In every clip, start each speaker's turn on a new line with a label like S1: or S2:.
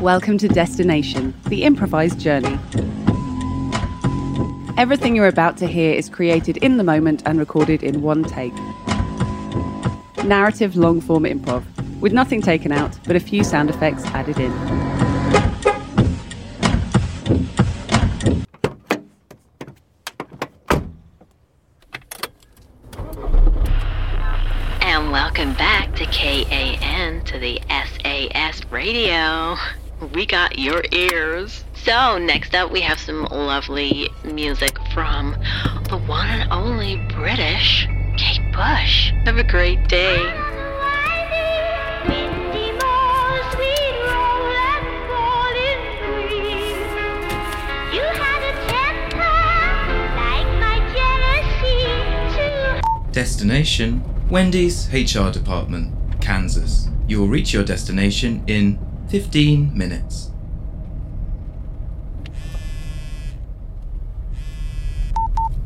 S1: Welcome to Destination, the improvised journey. Everything you're about to hear is created in the moment and recorded in one take. Narrative long form improv, with nothing taken out but a few sound effects added in.
S2: And welcome back to KAN to the SAS radio. We got your ears. So, next up, we have some lovely music from the one and only British Kate Bush. Have a great day.
S3: Destination Wendy's HR Department, Kansas. You will reach your destination in 15 minutes.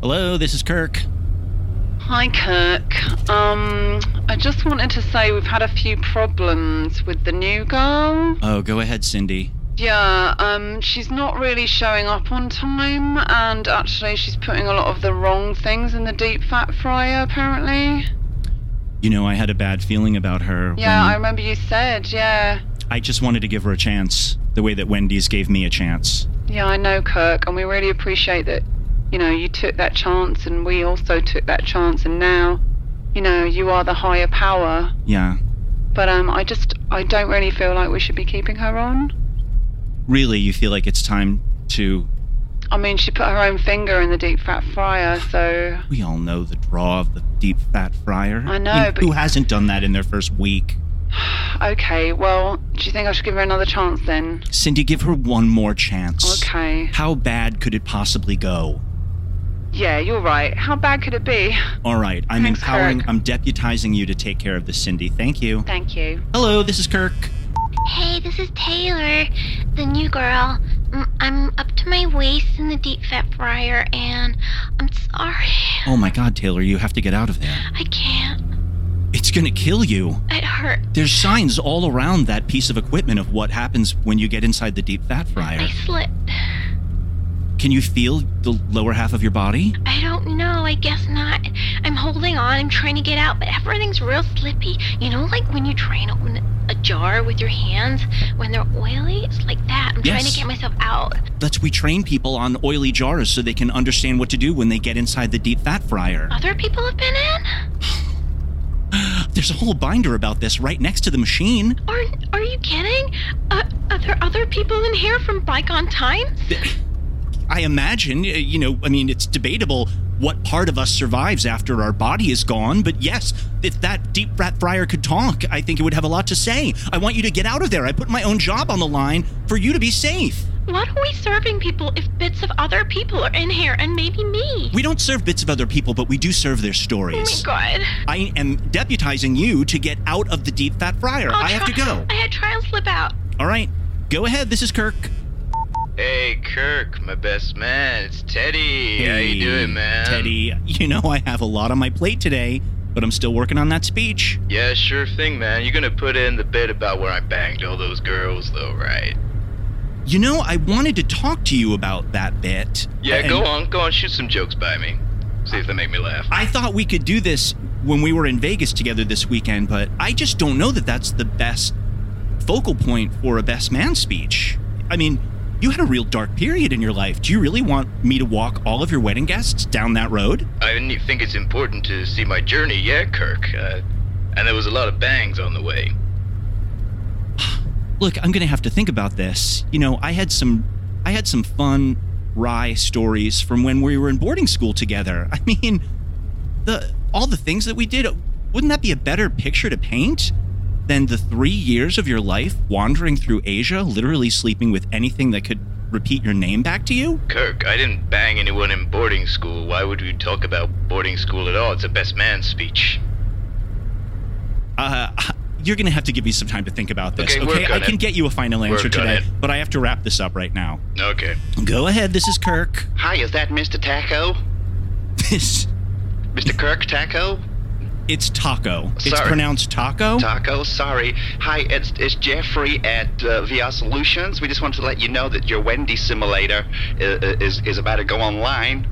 S4: Hello, this is Kirk.
S5: Hi, Kirk. Um, I just wanted to say we've had a few problems with the new girl.
S4: Oh, go ahead, Cindy.
S5: Yeah, um, she's not really showing up on time, and actually, she's putting a lot of the wrong things in the deep fat fryer, apparently.
S4: You know, I had a bad feeling about her.
S5: Yeah, I
S4: when-
S5: remember you said, yeah.
S4: I just wanted to give her a chance, the way that Wendy's gave me a chance.
S5: Yeah, I know, Kirk, and we really appreciate that, you know, you took that chance, and we also took that chance, and now, you know, you are the higher power.
S4: Yeah.
S5: But um, I just, I don't really feel like we should be keeping her on.
S4: Really, you feel like it's time to.
S5: I mean, she put her own finger in the deep fat fryer, so
S4: We all know the draw of the deep fat fryer.
S5: I know,
S4: mean,
S5: but-
S4: Who hasn't done that in their first week?
S5: okay. Well, do you think I should give her another chance then?
S4: Cindy, give her one more chance.
S5: Okay.
S4: How bad could it possibly go?
S5: Yeah, you're right. How bad could it be?
S4: All right, I'm
S5: Thanks,
S4: empowering,
S5: Kirk.
S4: I'm deputizing you to take care of this, Cindy. Thank you.
S5: Thank you.
S4: Hello, this is Kirk.
S6: Hey, this is Taylor, the new girl. Mm, I'm up to my waist in the deep fat fryer, and I'm sorry.
S4: Oh my god, Taylor, you have to get out of there.
S6: I can't.
S4: It's gonna kill you.
S6: It hurt.
S4: There's signs all around that piece of equipment of what happens when you get inside the deep fat
S6: I
S4: fryer.
S6: slipped.
S4: Can you feel the lower half of your body?
S6: I don't know. I guess not. I'm holding on. I'm trying to get out, but everything's real slippy. You know, like when you try and open a jar with your hands when they're oily? It's like that. I'm trying
S4: Yes.
S6: to get myself out.
S4: That's we train people on oily jars so they can understand what to do when they get inside the deep fat fryer.
S6: Other people have been in?
S4: There's a whole binder about this right next to the machine.
S6: Are, are you kidding? Uh, are there other people in here from bygone times?
S4: I imagine, uh, you know, I mean, it's debatable what part of us survives after our body is gone, but yes, if that deep fat fryer could talk, I think it would have a lot to say. I want you to get out of there. I put my own job on the line for you to be safe.
S6: What are we serving people if bits of other people are in here and maybe me?
S4: We don't serve bits of other people, but we do serve their
S6: Oh my
S4: stories.
S6: god.
S4: I am deputizing you to get out of the deep fat fryer.
S6: I'll
S4: I have to
S6: try-
S4: go.
S6: I had trial slip out.
S4: All right, go ahead. This is Kirk.
S3: Hey, Kirk, my best man. It's Teddy. How
S4: Hey,
S3: you doing, man?
S4: Teddy, you know I have a lot on my plate today, but I'm still working on that speech.
S3: Yeah, sure thing, man. You're gonna put in the bit about where I banged all those girls, though, right?
S4: You know, I wanted to talk to you about that bit.
S3: Yeah,
S4: and
S3: go on, go on. Shoot some jokes by me. See if they make me laugh.
S4: I thought we could do this when we were in Vegas together this weekend, but I just don't know that that's the best focal point for a best man speech. I mean, you had a real dark period in your life. Do you really want me to walk all of your wedding guests down that road?
S3: I ne- think it's important to see my journey, yeah, Kirk. Uh, and there was a lot of bangs on the way.
S4: Look, I'm going to have to think about this. You know, I had some I had some fun wry stories from when we were in boarding school together. I mean, the all the things that we did, wouldn't that be a better picture to paint than the 3 years of your life wandering through Asia, literally sleeping with anything that could repeat your name back to you?
S3: Kirk, I didn't bang anyone in boarding school. Why would we talk about boarding school at all? It's a best man speech.
S4: Uh you're going to have to give me some time to think about this.
S3: Okay, work
S4: I
S3: on
S4: can
S3: it.
S4: get you a final answer
S3: Work on
S4: today,
S3: it.
S4: but I have to wrap this up right now.
S3: Okay.
S4: Go ahead, this is Kirk.
S3: Hi, is that Mr. Taco?
S4: This
S3: Mr. Kirk Taco?
S4: It's taco. It's
S7: Sorry.
S4: pronounced taco.
S7: Taco, sorry. Hi, it's, it's Jeffrey at uh, VR Solutions. We just wanted to let you know that your Wendy simulator uh, is, is, is about to go online.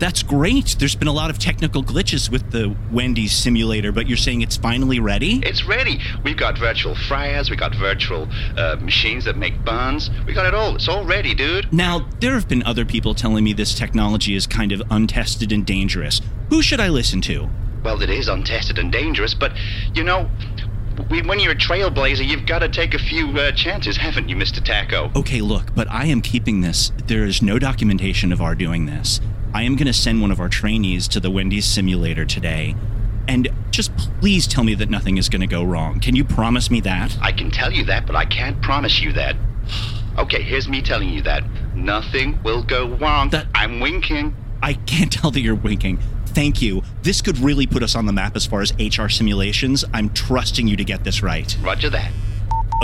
S4: That's great. There's been a lot of technical glitches with the Wendy's simulator, but you're saying it's finally ready?
S7: It's ready. We've got virtual fryers, we got virtual uh, machines that make buns. We got it all. It's all ready, dude.
S4: Now, there have been other people telling me this technology is kind of untested and dangerous. Who should I listen to?
S7: Well, it is untested and dangerous, but you know, we, when you're a trailblazer, you've got to take a few uh, chances, haven't you, Mr. Taco?
S4: Okay, look, but I am keeping this. There is no documentation of our doing this. I am going to send one of our trainees to the Wendy's simulator today. And just please tell me that nothing is going to go wrong. Can you promise me that?
S7: I can tell you that, but I can't promise you that. Okay, here's me telling you that. Nothing will go wrong.
S4: That-
S7: I'm winking.
S4: I can't tell that you're winking. Thank you. This could really put us on the map as far as HR simulations. I'm trusting you to get this right.
S7: Roger that.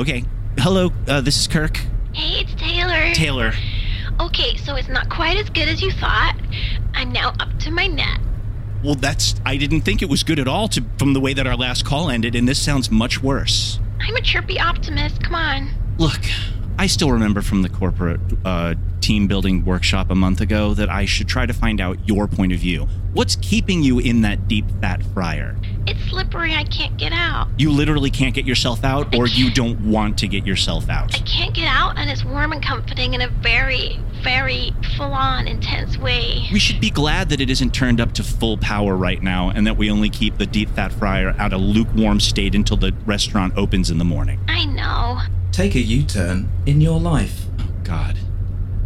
S4: Okay. Hello, uh, this is Kirk.
S6: Hey, it's Taylor.
S4: Taylor.
S6: okay, so it's not quite as good as you thought. I'm now up to my neck.
S4: Well, that's. I didn't think it was good at all to, from the way that our last call ended, and this sounds much worse.
S6: I'm a chirpy optimist. Come on.
S4: Look, I still remember from the corporate uh, team building workshop a month ago that I should try to find out your point of view. What's keeping you in that deep fat fryer?
S6: It's slippery. I can't get out.
S4: You literally can't get yourself out, or you don't want to get yourself out.
S6: I can't get out, and it's warm and comforting in a very, very full on, intense way.
S4: We should be glad that it isn't turned up to full power right now and that we only keep the deep fat fryer at a lukewarm state until the restaurant opens in the morning.
S6: I know.
S3: Take a U turn in your life.
S4: Oh, God.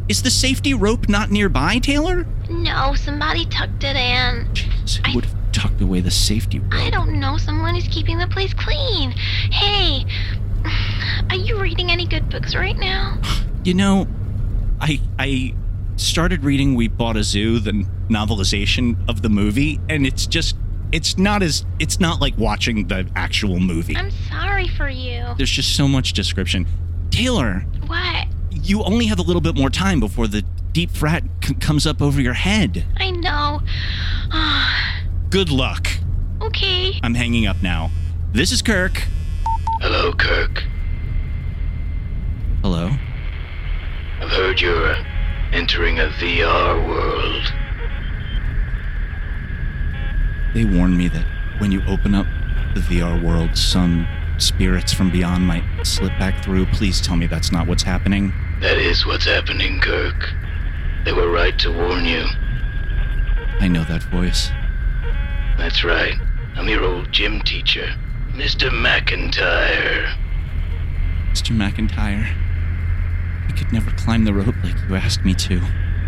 S4: Is the safety rope not nearby, Taylor?
S6: No, somebody tucked it in.
S4: Jeez,
S6: I-
S4: would have tucked away the safety rope.
S6: I don't know. Someone is keeping the place clean. Hey, are you reading any good books right now?
S4: You know, I I started reading We Bought a Zoo, the novelization of the movie, and it's just it's not as it's not like watching the actual movie.
S6: I'm sorry for you.
S4: There's just so much description. Taylor,
S6: What?
S4: you only have a little bit more time before the deep frat c- comes up over your head.
S6: I know.
S4: Good luck.
S6: okay.
S4: I'm hanging up now. This is Kirk.
S7: Hello, Kirk.
S4: Hello.
S7: I've heard you're uh, entering a VR world.
S4: They warned me that when you open up the VR world, some spirits from beyond might slip back through. Please tell me that's not what's happening.
S7: That is what's happening, Kirk. They were right to warn you.
S4: I know that voice.
S7: That's right. I'm your old gym teacher, Mr. McIntyre.
S4: Mr. McIntyre, I could never climb the rope like you asked me to.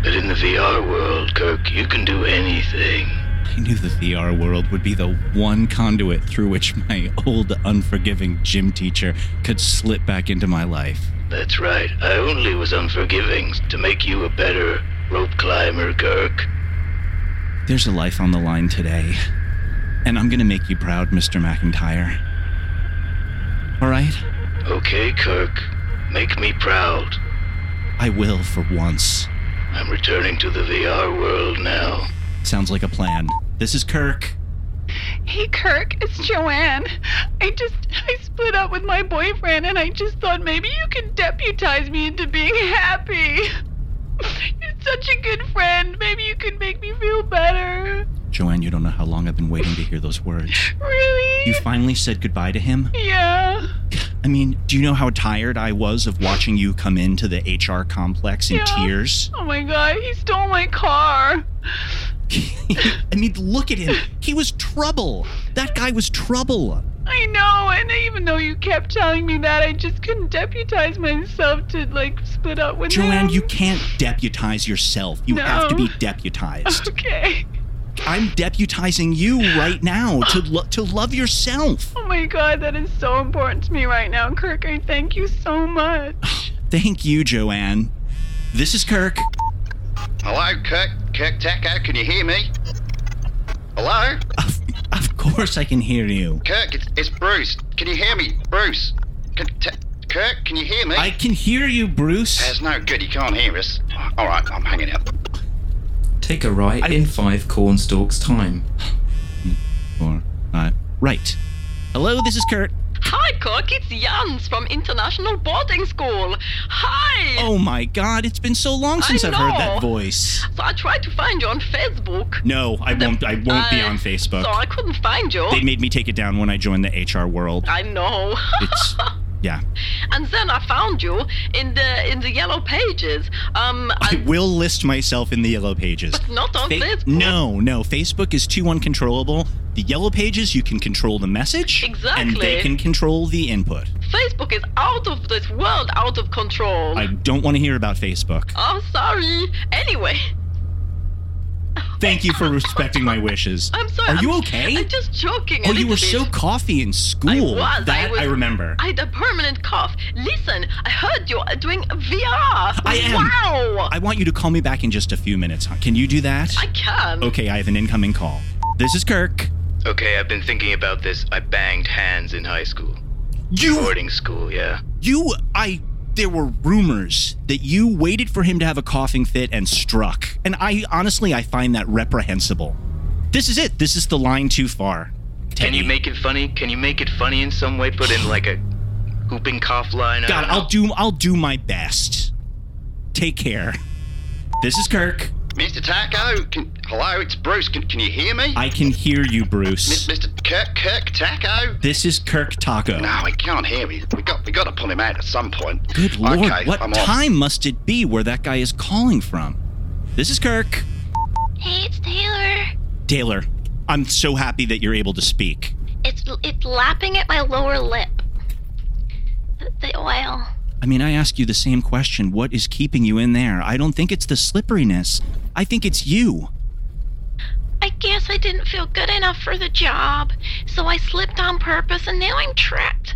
S7: But in the VR world, Kirk, you can do anything.
S4: I knew the VR world would be the one conduit through which my old, unforgiving gym teacher could slip back into my life.
S7: That's right. I only was unforgiving to make you a better rope climber, Kirk.
S4: There's a life on the line today, and I'm gonna make you proud, Mr. McIntyre. All right?
S7: Okay, Kirk. Make me proud.
S4: I will for once.
S7: I'm returning to the VR world now.
S4: Sounds like a plan. This is Kirk.
S5: Hey, Kirk, it's Joanne. I just I split up with my boyfriend, and I just thought maybe you could deputize me into being happy. You're such a good friend. Maybe you could make me feel better.
S4: Joanne, you don't know how long I've been waiting to hear those words.
S5: Really?
S4: You finally said goodbye to him?
S5: yeah.
S4: I mean, do you know how tired I was of watching you come into the HR complex in
S5: Yeah.
S4: tears?
S5: Oh my God, he stole my car.
S4: I mean, look at him. He was trouble. That guy was trouble.
S5: I know, and even though you kept telling me that, I just couldn't deputize myself to like split up with him.
S4: Joanne, you can't deputize yourself. You have to
S5: No.
S4: be deputized.
S5: Okay.
S4: I'm deputizing you right now to lo- to love yourself.
S5: Oh my God, that is so important to me right now, Kirk. I thank you so much.
S4: Thank you, Joanne. This is Kirk.
S7: Hello, Kirk. Kirk Taco, can you hear me? Hello?
S4: Of, of course, I can hear you.
S7: Kirk, it's, it's Bruce. Can you hear me? Bruce. Can, Ta- Kirk, can you hear me?
S4: I can hear you, Bruce.
S7: That's no good. He can't hear us. All right, I'm hanging up.
S3: Take a right in five cornstalks' time.
S4: Four, Uh, right. Hello, this is Kurt.
S2: Hi, Kirk. It's Jans from International Boarding School. Hi.
S4: Oh my god, it's been so long since
S2: I
S4: I've heard
S2: know.
S4: that voice.
S2: So I tried to find you on Facebook.
S4: No, I won't I won't be
S2: Uh,
S4: on Facebook.
S2: So I couldn't find you.
S4: They made me take it down when I joined the HR world.
S2: I know.
S4: It's yeah.
S2: and then I found you in the in the yellow pages. Um,
S4: I
S2: and
S4: will list myself in the yellow pages.
S2: not on
S4: Fa-
S2: Facebook.
S4: no, no. Facebook is too uncontrollable. The yellow pages, you can control the message, and they
S2: Exactly.
S4: can control the input.
S2: Facebook is out of this world, out of control.
S4: I don't want to hear about Facebook.
S2: I'm sorry. Anyway,
S4: Thank you for respecting my wishes.
S2: I'm sorry.
S4: Are
S2: I'm-
S4: you okay?
S2: I'm just joking. a
S4: oh, you
S2: little
S4: were
S2: bit.
S4: so coffee in school.
S2: I was,
S4: that
S2: I was-
S4: remember.
S2: I had a permanent cough. Listen, I heard you are doing VR.
S4: I am.
S2: Wow.
S4: I want you to call me back in just a few minutes. huh? Can you do that?
S2: I can.
S4: okay, I have an incoming call. This is Kirk.
S7: Okay, I've been thinking about this. I banged hands in high school.
S4: You,
S7: Boarding school, yeah.
S4: you, I. There were rumors that you waited for him to have a coughing fit and struck, and I honestly I find that reprehensible. This is it. This is the line too far.
S7: Can you
S4: Teddy.
S7: make it funny? Can you make it funny in some way? Put in like a whooping cough line. I
S4: God,
S7: don't know.
S4: I'll do I'll do my best. Take care. This is Kirk.
S7: Mr. Taco, can, hello, it's Bruce. Can, can you hear me?
S4: I can hear you,
S7: Mi-
S4: Bruce.
S7: Mr. Kirk, Kirk Taco.
S4: This is Kirk Taco.
S7: No, he can't hear me. We got we got to pull him out at some point.
S4: Good lord,
S7: Okay,
S4: what
S7: I'm off.
S4: time must it be where that guy is calling from? This is Kirk.
S6: Hey, it's Taylor.
S4: Taylor, I'm so happy that you're able to speak.
S6: It's it's lapping at my lower lip. The, the oil.
S4: I mean, I ask you the same question. What is keeping you in there? I don't think it's the slipperiness. I think it's you.
S6: I guess I didn't feel good enough for the job, so I slipped on purpose and now I'm trapped.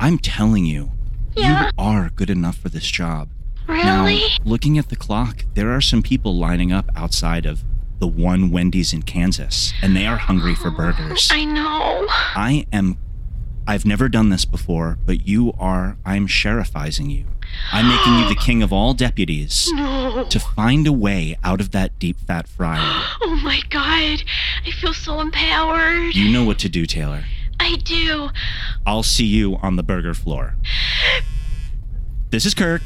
S4: I'm telling you,
S6: Yeah.
S4: you are good enough for this job.
S6: Really?
S4: Now, looking at the clock, there are some people lining up outside of the one Wendy's in Kansas, and they are hungry for burgers.
S6: I know.
S4: I am. I've never done this before, but you are. I'm sheriffizing you. I'm making you the king of all deputies
S6: No.
S4: to find a way out of that deep fat fryer.
S6: Oh my god. I feel so empowered.
S4: You know what to do, Taylor.
S6: I do.
S4: I'll see you on the burger floor. This is Kirk.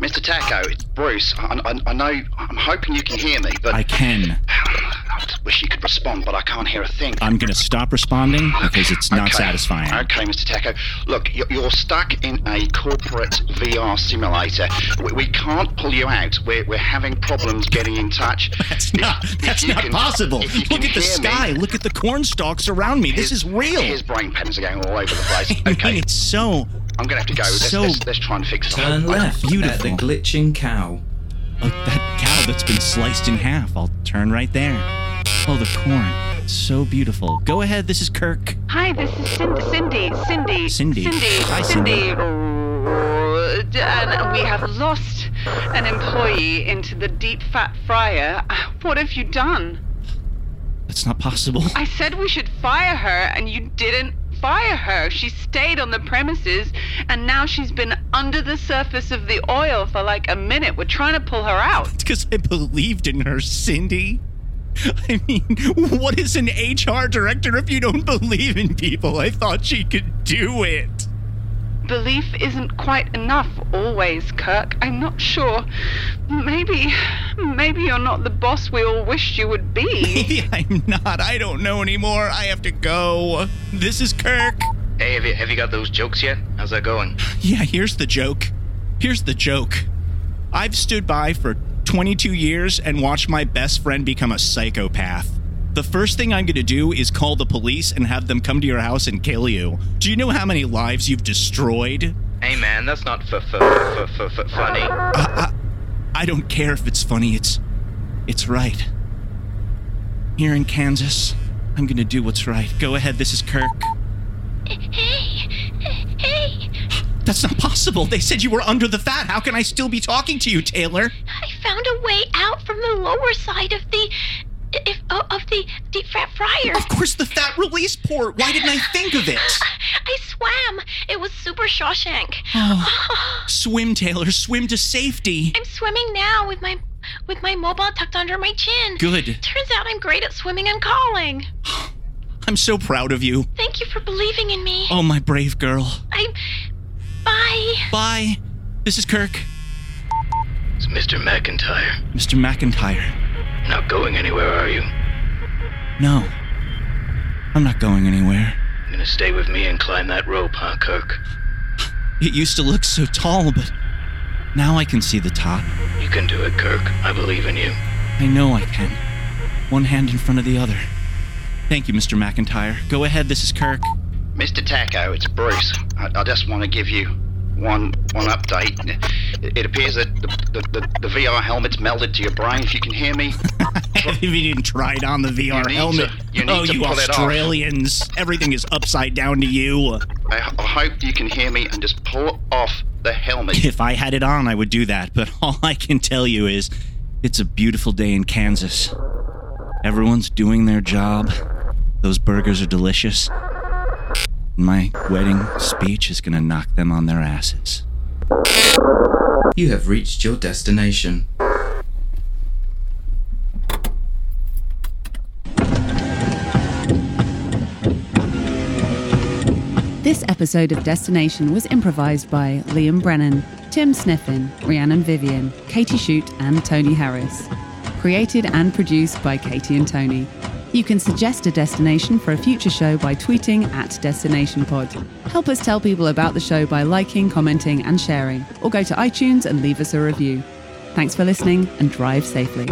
S7: Mr. Taco, it's Bruce. I, I, I know. I'm hoping you can hear me, but
S4: I can.
S7: I just wish you could respond, but I can't hear a thing.
S4: I'm gonna stop responding because it's not
S7: Okay.
S4: satisfying.
S7: Okay, Mr. Taco. Look, you- you're stuck in a corporate VR simulator. We, we can't pull you out. We're, we're having problems getting in touch.
S4: That's not. That's
S7: you
S4: not
S7: can-
S4: possible.
S7: if you
S4: Look
S7: can
S4: at the
S7: hear
S4: sky.
S7: me-
S4: Look at the corn stalks around me. This
S7: His-
S4: is real.
S7: His brain patterns are going all over the place.
S4: I mean,
S7: Okay,
S4: it's so.
S7: I'm going to have to go. Let's,
S4: so-
S7: let's, let's try and fix it.
S3: Turn left at
S4: beautiful.
S3: the glitching cow.
S4: Oh, that cow that's been sliced in half. I'll turn right there. Oh, the corn. It's so beautiful. Go ahead. This is Kirk.
S5: Hi, this is Cin- Cindy. Cindy.
S4: Cindy.
S5: Cindy.
S4: Hi, Cindy.
S5: Cindy. Oh, Dan, we have lost an employee into the deep fat fryer. What have you done?
S4: That's not possible.
S5: I said we should fire her, and you didn't fire her. She stayed on the premises, and now she's been under the surface of the oil for like a minute. We're trying to pull her out.
S4: It's because I believed in her, Cindy. I mean, what is an HR director if you don't believe in people? I thought she could do it.
S5: Belief isn't quite enough always, Kirk. I'm not sure. Maybe, maybe you're not the boss we all wished you would be.
S4: Maybe I'm not. I don't know anymore. I have to go. This is Kirk.
S7: Hey, have you, have you got those jokes yet? How's that going?
S4: Yeah, here's the joke. Here's the joke. I've stood by for 22 years and watched my best friend become a psychopath. The first thing I'm going to do is call the police and have them come to your house and kill you. Do you know how many lives you've destroyed?
S7: Hey, man, that's not for for for for for funny.
S4: I don't care if it's funny. It's it's right. Here in Kansas, I'm going to do what's right. Go ahead. This is Kirk.
S6: Hey. Hey.
S4: That's not possible. They said you were under the fat. How can I still be talking to you, Taylor?
S6: I found a way out from the lower side of the if, oh, of the deep fat fryer.
S4: Of course, the fat release port. Why didn't I think of it?
S6: I swam. It was super Shawshank.
S4: Oh, Swim, Taylor. Swim to safety.
S6: I'm swimming now with my with my mobile tucked under my chin.
S4: Good.
S6: Turns out I'm great at swimming and calling.
S4: I'm so proud of you.
S6: Thank you for believing in me.
S4: Oh, my brave girl.
S6: I. Bye.
S4: Bye. This is Kirk,
S8: It's Mr. McIntyre.
S4: Mr. McIntyre.
S8: Not going anywhere, are you?
S4: No, I'm not going anywhere.
S8: You gonna stay with me and climb that rope, huh, Kirk?
S4: It used to look so tall, but now I can see the top.
S8: You can do it, Kirk. I believe in you.
S4: I know I can. One hand in front of the other. Thank you, Mr. McIntyre. Go ahead, this is Kirk.
S7: Mr. Taco, it's Bruce. I, I just want to give you one one update. It, it appears that the, the, the, the VR helmet's melded to your brain. If you can hear me,
S4: if you didn't try it on the VR
S7: need to-
S4: helmet.
S7: you need
S4: oh,
S7: to
S4: you
S7: pull it off.
S4: Australians. Everything is upside down to you.
S7: I, h- I hope you can hear me and just pull off the helmet.
S4: If I had it on, I would do that, but all I can tell you is it's a beautiful day in Kansas. Everyone's doing their job. Those burgers are delicious. My wedding speech is gonna knock them on their asses.
S3: You have reached your destination.
S1: This episode of Destination was improvised by Liam Brennan, Tim Sniffin, Rhiannon Vivian, Katie Shute, and Tony Harris. Created and produced by Katie and Tony. You can suggest a destination for a future show by tweeting at Destination Pod. Help us tell people about the show by liking, commenting, and sharing, or go to iTunes and leave us a review. Thanks for listening and drive safely.